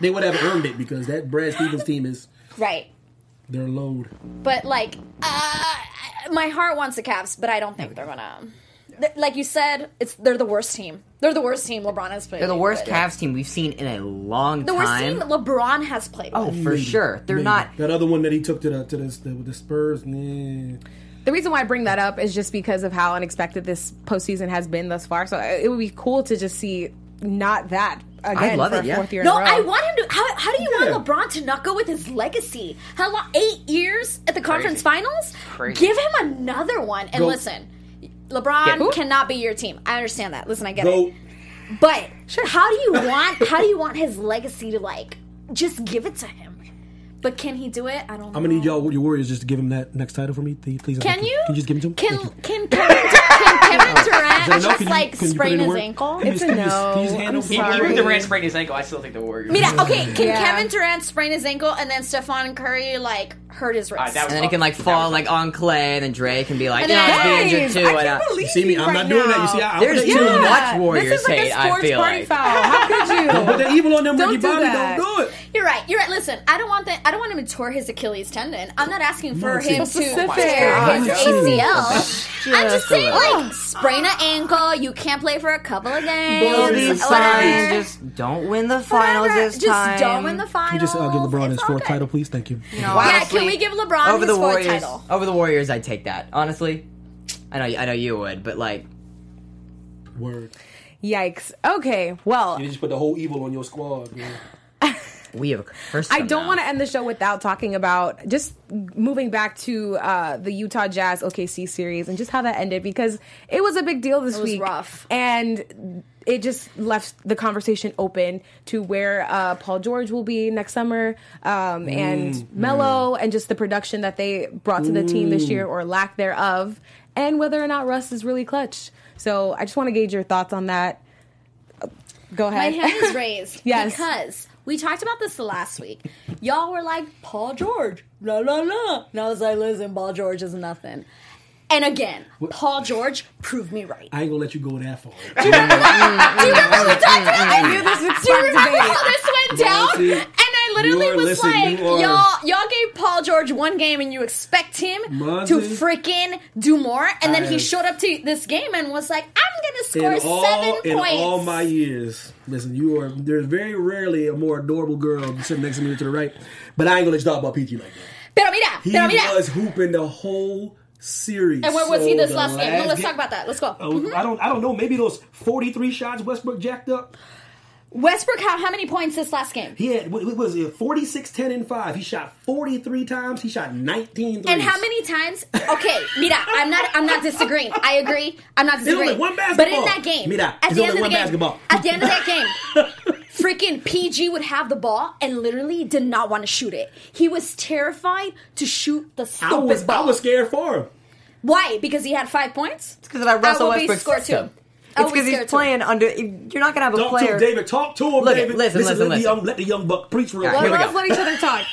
They would have earned it because that Brad Stevens team is Right, their load. but like, uh, my heart wants the Caps, but I don't think they're gonna. Th- Like you said, it's they're the worst team. They're the worst team LeBron has played. They're the worst with. Cavs team we've seen in a long The time. worst team LeBron has played. oh, with. for sure. They're Maybe. not. that other one that he took to the to the, the, the Spurs. Nah. The reason why I bring that up is just because of how unexpected this postseason has been thus far. So uh, it would be cool to just see not that again I'd love for it, a yeah. fourth year. No, in a row. I want him to. How, how do you Yeah. want LeBron to not go with his legacy? How long? Eight years at the conference finals. Crazy. Give him another one. And Go. listen, LeBron Get- cannot be your team. I understand that. Listen, I get Go. it. But how do you want? How do you want his legacy to like? Just give it to him. But can he do it? I don't. know. I'm gonna need y'all, your Warriors, just to give him that next title for me, th- please. and Can thank you? Can you just give him to him? Can Thank you. can Kevin, can Kevin Durant that enough? just Can you- like can you put it sprain in his work? ankle? Can you It's just- a can you just- can you no. just hand I'm him- sorry. Even if the Durant sprained his ankle, I still think the Warriors. Mira, okay, can Yeah. Kevin Durant sprain his ankle and then Stephon Curry like hurt his wrist? Uh, that And was then it can like That fall was- like on Clay, and then Dre can be like, And you know, then- it's being Guys, injured too. I and, can't uh, believe See me? you I'm right not doing that. You see, now. I, I'm There's gonna too do it. much Yeah. Warriors This is like hate, a I sports feel party like. foul. How could you? But the evil on them, Don't Ricky do Bobby, that. don't do it. You're right. You're right. Listen, I don't want that. I don't want him to tear his Achilles tendon. I'm not asking for Monty. him So to specific. tear his Oh, no. ACL. I'm just Just a saying, little. like, sprain an ankle, you can't play for a couple of games. All these whatever. signs just don't win the Whatever. finals this just time. don't win the Can you finals. just uh, give LeBron It's his all fourth good. title, please? Thank you. Yeah, Honestly, can we give LeBron over his the fourth Warriors? title? Over the Warriors, I'd take that honestly. I know, I know you would, but like, Word. Yikes. Okay. Well, You just put the whole evil on your squad. Man. we have a curse. I them don't now. want to end the show without talking about just moving back to uh, the Utah Jazz OKC series and just how that ended because it was a big deal this was week. rough. And it just left the conversation open to where uh, Paul George will be next summer um, Mm, and Melo and just the production that they brought to the team this Mm. year or lack thereof and whether or not Russ is really clutch. So I just want to gauge your thoughts on that. Uh, Go My ahead. hand is raised Yes. because we talked about this the last week. Y'all were like Paul George, la la la, and I was like, listen, Paul George is nothing. And again, Mm, Paul George proved me right. I ain't gonna let you go that far. mm, Do you remember the time that I knew this was Do you remember debate. how this went down? see, and I literally you are- was listen, like, you are- y'all, y'all gave Paul George one game, and you expect him Monty. to freaking do more. And then I- he showed up to this game and was like, I'm in gonna score all seven in points. all my years, listen, you are there's very rarely a more adorable girl sitting next to me to the right. But I ain't gonna let you talk about PG like that. Pero mira, He pero mira. was hooping the whole series. And where was he So this the last game? No, let's game- talk about that. Mm-hmm. Let's go. Uh, I don't. I don't know. Maybe those forty-three shots Westbrook jacked up. Westbrook, how, how many points this last game? He had what, what was it? 46, 10, and five. He shot forty-three times. He shot nineteen. Threes. And how many times? Okay, mira, I'm not, I'm not disagreeing. I agree. I'm not only disagreeing. one But in basketball. that game, Mira, at it's the only end of the one basketball. game, at the end of that game, Freaking PG would have the ball and literally did not want to shoot it. He was terrified to shoot the I stupid was, I ball. was scared for him. Why? Because he had five points. It's because of that Russell I would be Westbrook scored system. too. I It's would be because he's scared too. playing under. You're not gonna have a Talk to player. him, David. Talk to him, Look, David. listen, listen, let, The listen. young, let the young buck preach real All right, quick. here we Let's go. let each other talk.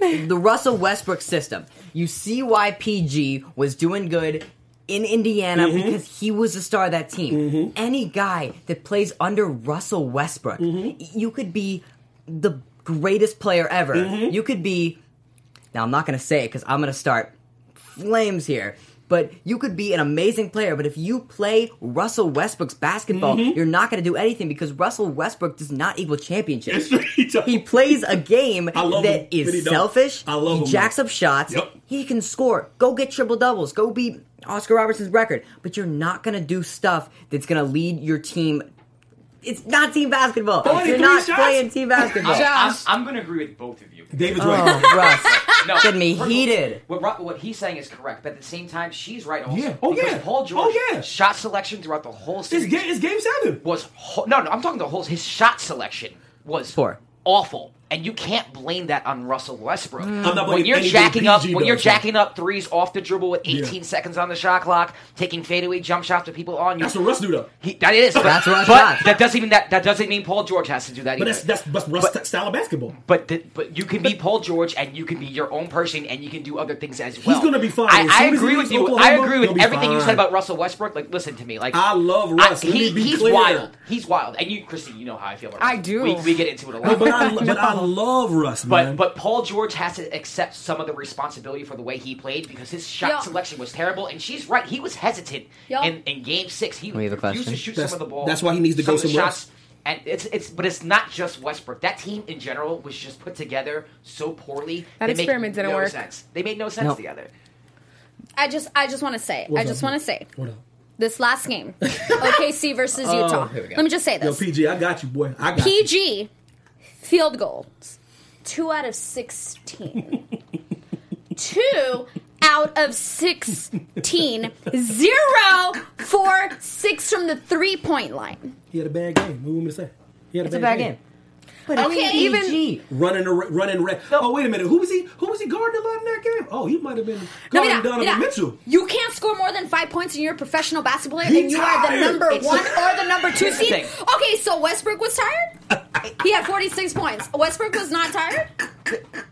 the Russell Westbrook system. You see why PG was doing good in Indiana because he was the star of that team. Any guy that plays under Russell Westbrook, y- you could be the greatest player ever. You could be. Now I'm not going to say it because I'm going to start flames here. But you could be an amazing player, but if you play Russell Westbrook's basketball, you're not going to do anything because Russell Westbrook does not equal championships. He don't. he plays a game I love him, that but he is don't. selfish. I love he him, jacks though. up shots. Yep. He can score. Go get triple doubles. Go beat Oscar Robertson's record. But you're not gonna do stuff that's gonna lead your team. It's not team basketball. You're 43 not shots? playing team basketball. I'm, I'm going to agree with both of you. David's Oh, right. Russ. No, Getting me Russell- heated. What, Ru- what he's saying is correct, but at the same time, she's right also. Yeah. Oh, Because yeah. Paul George. Oh, yeah. Shot selection throughout the whole It's series game, it's game seven. was ho- no, no. I'm talking the whole. His shot selection was Poor. awful, and you can't blame that on Russell Westbrook. Mm. I'm not when blaming you're anything jacking up, PG when you're does, jacking up threes off the dribble with 18 Yeah. seconds on the shot clock, taking fadeaway jump shots to people on you. That's what Russ do, though. He, that is. But, That's what I but thought. that doesn't mean that that doesn't mean Paul George has to do that. But either. that's that's, that's Russ style of basketball. But th- but you can be Paul George and you can be your own person and you can do other things as well. gonna be fine. As soon I, I as he agree with leaves you. I Oklahoma, agree he'll with be everything you fine. said about Russell Westbrook. Like, listen to me. Like, I love Russ. Let he- me be he's clear. wild. He's wild. And you, Christy, you know how I feel about. I Russ. do. We, we get into it a lot. But I, but I um, love Russ, But man. but Paul George has to accept some of the responsibility for the way he played because his shot Yeah. selection was terrible. And she's right; he was hesitant Yeah. in, in Game Six. He We have a refused question. to shoot That's- some of the ball. that's why he needs to some go of the somewhere shots. else. And it's it's but it's not just Westbrook. That team in general was just put together so poorly. That They make experiment didn't no work. Sense. They made no sense Nope. together. I just, I just want to say, I What's just up? want to say, what up? this last game, OKC versus Oh, Utah. here we go. Let me just say Yo, this: PG, I got you, boy. I got you. PG field goals, two out of sixteen. two out of 16 zero for six from the three-point line He had a bad game. What do you want me to say? He had a It's a bad, bad game. game. But Okay, it's E even- PG. Running, ar- running. Ra- oh wait a minute. Who was he? Who was he guarding a lot in that game? Oh, he might have been No, guarding mira, Donovan mira. Mitchell. You can't score more than five points and you're a professional basketball player, He and you are the tired. number It's- one or the number two Here's the seed. thing. Okay, so Westbrook was tired. He had 46 points. Westbrook was not tired.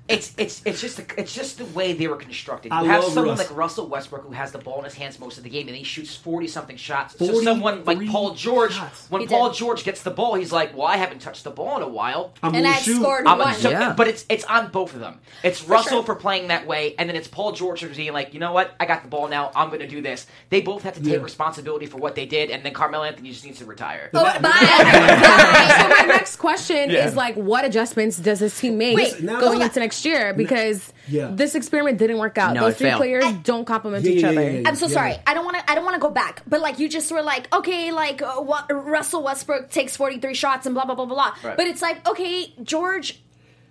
It's it's it's just the, it's just the way they were constructed. You I have love someone Russ. like Russell Westbrook who has the ball in his hands most of the game, and he shoots forty something shots. So 43 someone like Paul George, shots. when He Paul did. George gets the ball, he's like, "Well, I haven't touched the ball in a while." I'm And gonna I shoot. scored I'm one. a, so, Yeah. but it's it's on both of them. It's Russell sure. for playing that way, and then it's Paul George for being like, you know what, I got the ball now. I'm going to do this. They both have to take Yeah. responsibility for what they did, and then Carmelo Anthony just needs to retire. Oh, bye. Bye. so my next question Yeah. is like, what adjustments does this team make Wait, now- going now- into next year? Because Yeah. this experiment didn't work out. No, Those it three failed. players don't complement Yeah, each yeah, other. yeah, yeah, yeah. I'm so sorry. I don't want to. I don't want to go back. But like you just were like, okay, like uh, what, Russell Westbrook takes 43 shots and blah blah blah blah. blah. Right. But it's like, okay, George,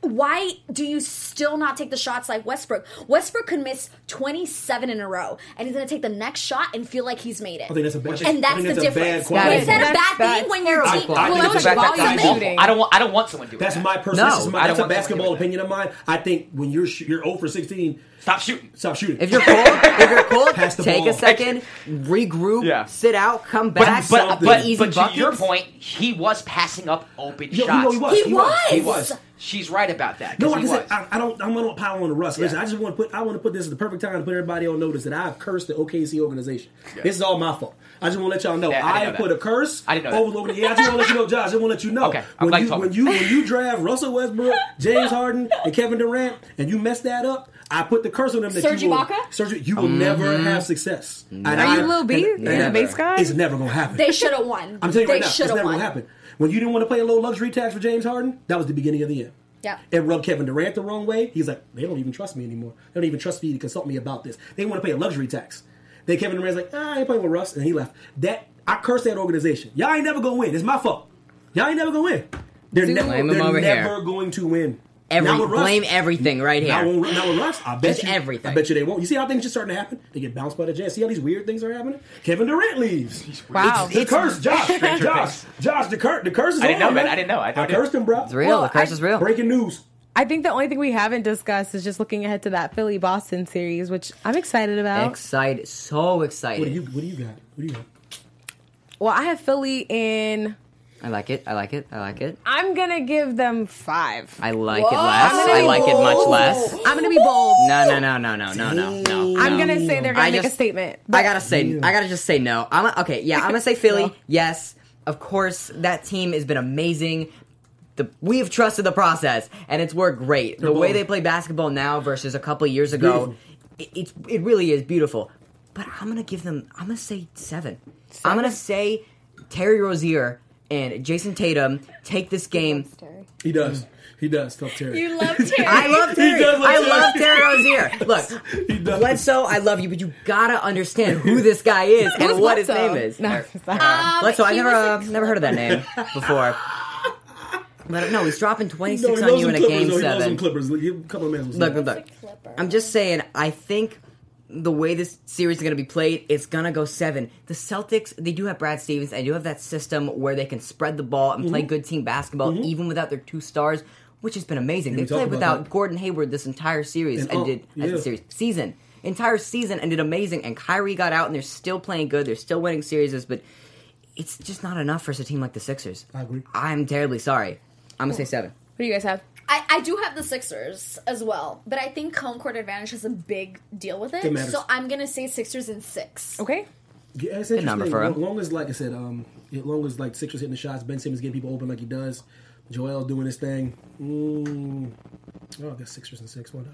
why do you still not take the shots like Westbrook? Westbrook could miss 27 in a row, and he's gonna take the next shot and feel like he's made it. I think that's a bad- And I that's think the that's a bad difference. quality. Is that a That's bad, bad. thing when you're I- deep? I well, think that it's was a bad- volume that's thing. shooting. I don't want I don't want someone doing That's that. my personal. No, that's my- I don't that's a want that basketball anyway. opinion of mine. I think when you're sh- you're 0 for 16, Stop shooting. stop shooting. If you're cold, if you're cold, Pass the take ball. a second, regroup, Yeah. sit out, come But back, but, something. but, easy but to your buckets. point, he was passing up open Yo, shots. he, was, he, He was. He was. was. She's right about that. 'cause No, like he I said, was. I, I don't. I'm not pile on the Russ. Listen, Yeah. I just want to put. I want to put this at the perfect time to put everybody on notice that I've cursed the OKC organization. This is all my fault. I just want to let y'all know. Yeah, I I, didn't know put that. a curse I didn't know over that. the over. Yeah, I just want to let you know, Josh. I just want to let you know. Okay, I'm when you glad you told me. when you when you draft Russell Westbrook, James Harden, and Kevin Durant, and you mess that up, I put the curse on them. That Serge you will, Ibaka? Serge, you will never Mm-hmm. have success. And Are I- you Lil B? and- Is it and- base guy? It's never gonna happen. They should have won. I'm telling you they right now, it's should never have gonna won. happen. When you didn't want to play a low luxury tax for James Harden, that was the beginning of the end. Yeah. It rubbed Kevin Durant the wrong way. He's like, they don't even trust me anymore. They don't even trust me to consult me about this. They want to pay a luxury tax. Then Kevin Durant's like, ah, I ain't playing with Russ, and he left. That I curse that organization. Y'all ain't never gonna win. It's my fault. Y'all ain't never gonna win. They're, never Blame him they're over never here. going to win. every, Not with Russ. blame everything right here. Now with, now with Russ, I bet It's you everything. I bet you they won't. You see how things just starting to happen? They get bounced by the Jets. See how these weird things are happening? Kevin Durant leaves. Wow. the curse, Josh, Stranger Josh, things. Josh. The curse, the curse is I didn't on, know that. man. I didn't know. I I, don't know. cursed him, bro. it's real. Well, the curse I- is real. Breaking news. I think the only thing we haven't discussed is just looking ahead to that Philly Boston series, which I'm excited about. Excited, so What do excited. you? What do you got? What do you got? well, I have Philly in. I like it. I like it. I like it. I'm gonna give them five. I like it Whoa. less. I like it much less. I'm gonna be bold. No, no, no, no, no, no, no, no. I'm no. gonna say they're gonna I make just- a statement. I gotta say, I gotta just say no. I'm a, okay. Yeah, I'm gonna say Philly. Yes, of course. That team has been amazing. The, we have trusted the process, and it's worked great. the way balling. they play basketball now versus a couple years ago, it, it's it really is beautiful. But I'm gonna give them. I'm gonna say 7 seven. I'm gonna say Terry Rozier and Jason Tatum take this game He Mm. does. He does. Tough Terry. You love Terry. I love Terry. does love I Terry. love Terry Rozier. Look, He does. Bledsoe, I love you, but you gotta understand who this guy is and Who's what his Bledsoe? name is. No, sorry. Um, Bledsoe, I he never uh, was a- never heard of that name before. But no, he's dropping twenty No, six he on loves you them in a Clippers. game though. He loves them seven. Clippers. Give him a couple of minutes. Look, look, look. Clipper. I'm just saying. I think the way this series is gonna be played, it's gonna go seven. The Celtics, they do have Brad Stevens. They do have that system where they can spread the ball and Mm-hmm. play good team basketball, even without their two stars, which has been amazing. They we talked played about without that. Gordon Hayward this entire series And, and oh, did as yeah. a series season entire season and did amazing. And Kyrie got out, and they're still playing good. They're still winning series, but it's just not enough for a team like the Sixers. I agree. I'm terribly sorry. I'm gonna say seven. What do you guys have? I, I do have the Sixers as well, but I think home court advantage is a big deal with it. It matters. so I'm gonna say Sixers in six. Okay. Yeah, it's Good number interesting. for him. As long as, like I said, um, as long as like Sixers hitting the shots, Ben Simmons getting people open like he does, Joel doing his thing. Mm, oh, I guess Sixers and six. Why not?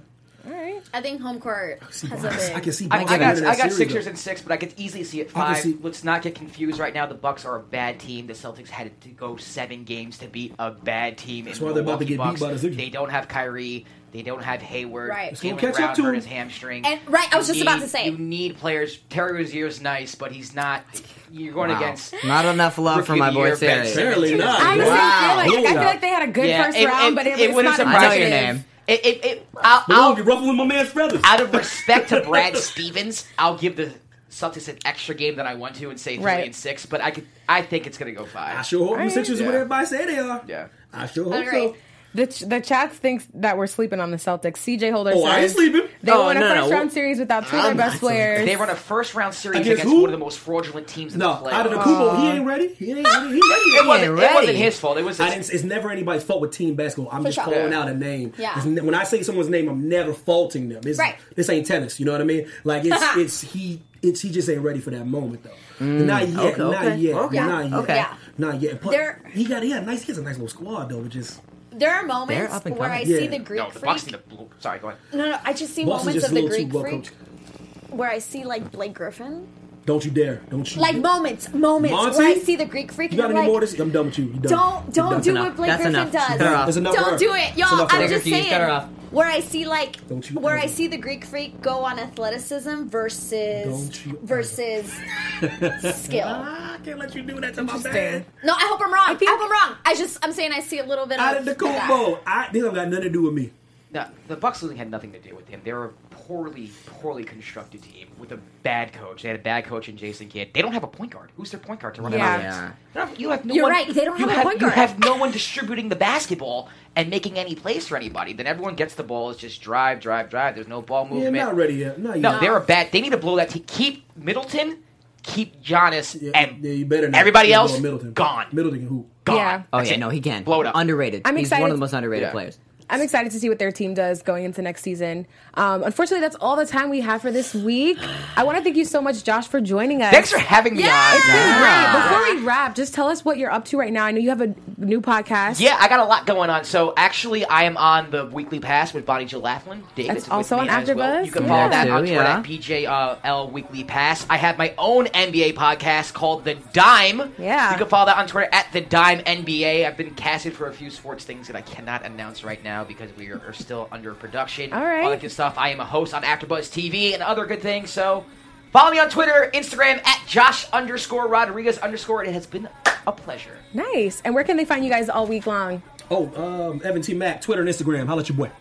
All right. I think home court has a Oh, See, big. I can see. I, Boston I got, winning I that got series, Sixers though. and six, but I could easily see it I five. can see- Let's not get confused right now. The Bucks are a bad team. The Celtics had to go seven games to beat a bad team. That's why they're about to get beat by the Sixers. They don't have Kyrie. They don't have Hayward. Right. It's gonna Jaylen catch up Brown to hurt him. his hamstring. And- right, I was You just about need- to say. you need players. Terry Rozier's nice, but he's not. You're going Wow. against. Not enough love for Rookie my of the boy year, Ben Terry. Simmons. Apparently not. I, Wow. just feel like, I feel like they had a good Yeah, first round, but it, it was wouldn't not surprise I know your impressive. name. It, it, it, I'll, Oh, I'll, you're ruffling my man's feathers. out of respect to Brad Stevens, I'll give the Celtics an extra game than I want to and say three Right. and six. But I could, I think it's going to go five. I sure hope the Sixers are what Yeah. everybody say they are. Yeah. I sure hope Alright. so. The, ch- the chats thinks that we're sleeping on the Celtics. CJ Holder Oh, says I ain't sleeping. they Oh, won a no, no, first round wh- series without two of their I'm best not sleeping. players. They run a first round series Against against, who? one of the most fraudulent teams in the No, playoffs. out of the Kubo, he ain't ready. He ain't ready. He ain't ready. it, wasn't, it ready. wasn't his fault. It was I didn't, it's never anybody's fault with team basketball. I'm just sure. calling Yeah. out a name. Yeah. It's ne- when I say someone's name, I'm never faulting them. It's, Right. This ain't tennis. You know what I mean? Like it's it's he it's he just ain't ready for that moment though. not yet. Mm. okay, not, okay, Yet, okay, not yet. okay. Yeah. Not yet. But They're- he got he had a nice he has a nice little squad though, which is There are They're moments up and where I coming. see Yeah. the Greek No, the Bucks freak. need to. blow- Sorry, go ahead. no, no, I just see Boston's moments just of a the little too Greek well freak coached. where I see like Blake Griffin. Don't you dare. Don't you Like moments, moments Monty? where I see the Greek freak. You and got I'm any like, more of this? I'm done with you. You done. Don't don't That's do enough. what Blake That's Griffin enough. does. Cut her off. There's enough for her. Don't do it, It's y'all. enough for her. I'm just Refuse, cut her off. saying. Where I see like Don't you where I ever. see the Greek freak go on athleticism versus Don't you ever. versus skill. Ah, I can't let you do that to my man. No, I hope I'm wrong. I, hope I'm wrong. I just I'm saying I see a little bit Out of of the that. Kubo. I this don't got nothing to do with me. No, the Bucks losing had nothing to do with him. They were a poorly, poorly constructed team with a bad coach. They had a bad coach in Jason Kidd. They don't have a point guard. Who's their point guard to run Yeah. it Yeah. You have no You're one, right, they don't you have a point You guard. have no one distributing the basketball and making any plays for anybody. Then everyone gets the ball. It's just drive, drive, drive. There's no ball Yeah, movement. not ready yet. Not yet. No, they're a bad. They need to blow that. team. keep Middleton, keep Giannis, Yeah, and yeah, you better not. everybody You know, else Middleton. gone. Middleton can hoop. gone. Yeah. Oh That's yeah, it. no, he can. Blow it up. Underrated. I'm He's excited- one of the most underrated Yeah. players. I'm excited to see what their team does going into next season. Um, unfortunately, that's all the time we have for this week. I want to thank you so much, Josh, for joining us. Thanks for having me Yeah. on. It's been Yeah. great. Before we wrap, just tell us what you're up to right now. I know you have a new podcast. Yeah, I got a lot going on. So actually, I am on the weekly pass with Bonnie Jill Laughlin. David That's is also with on me as well. AfterBuzz. You can Yeah. follow that Too, on Twitter yeah. at BJL Weekly Pass. I have my own NBA podcast called The Dime. Yeah. you can follow that on Twitter at The Dime NBA. I've been casted for a few sports things that I cannot announce right now because we are, are still under production. All right. all that good stuff. I am a host on AfterBuzz TV and other good things. So. Follow me on Twitter, Instagram at Josh underscore Rodriguez underscore. It has been a pleasure. Nice. And where can they find you guys all week long? Oh, um, Evan T. Mack, Twitter and Instagram. Holla at your boy.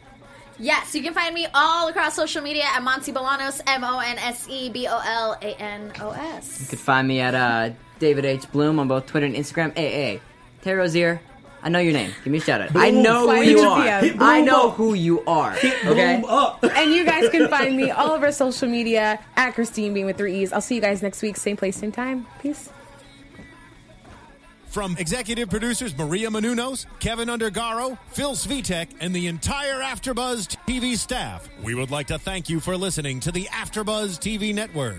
Yes, you can find me all across social media at Monty Bolanos, M O N S E B O L A N O S. You can find me at uh, David H. Bloom on both Twitter and Instagram. AA. Tay Rozier, I know your name. Give me a shout out. I know Why who did you you are. DM? Hit Bloom I know up. who you are. Okay? Boom up. And you guys can find me all over social media at Christine Bean with three E's. I'll see you guys next week, same place, same time. Peace. From executive producers Maria Manunos, Kevin Undergaro, Phil Svitek, and the entire AfterBuzz TV staff, we would like to thank you for listening to the AfterBuzz TV network.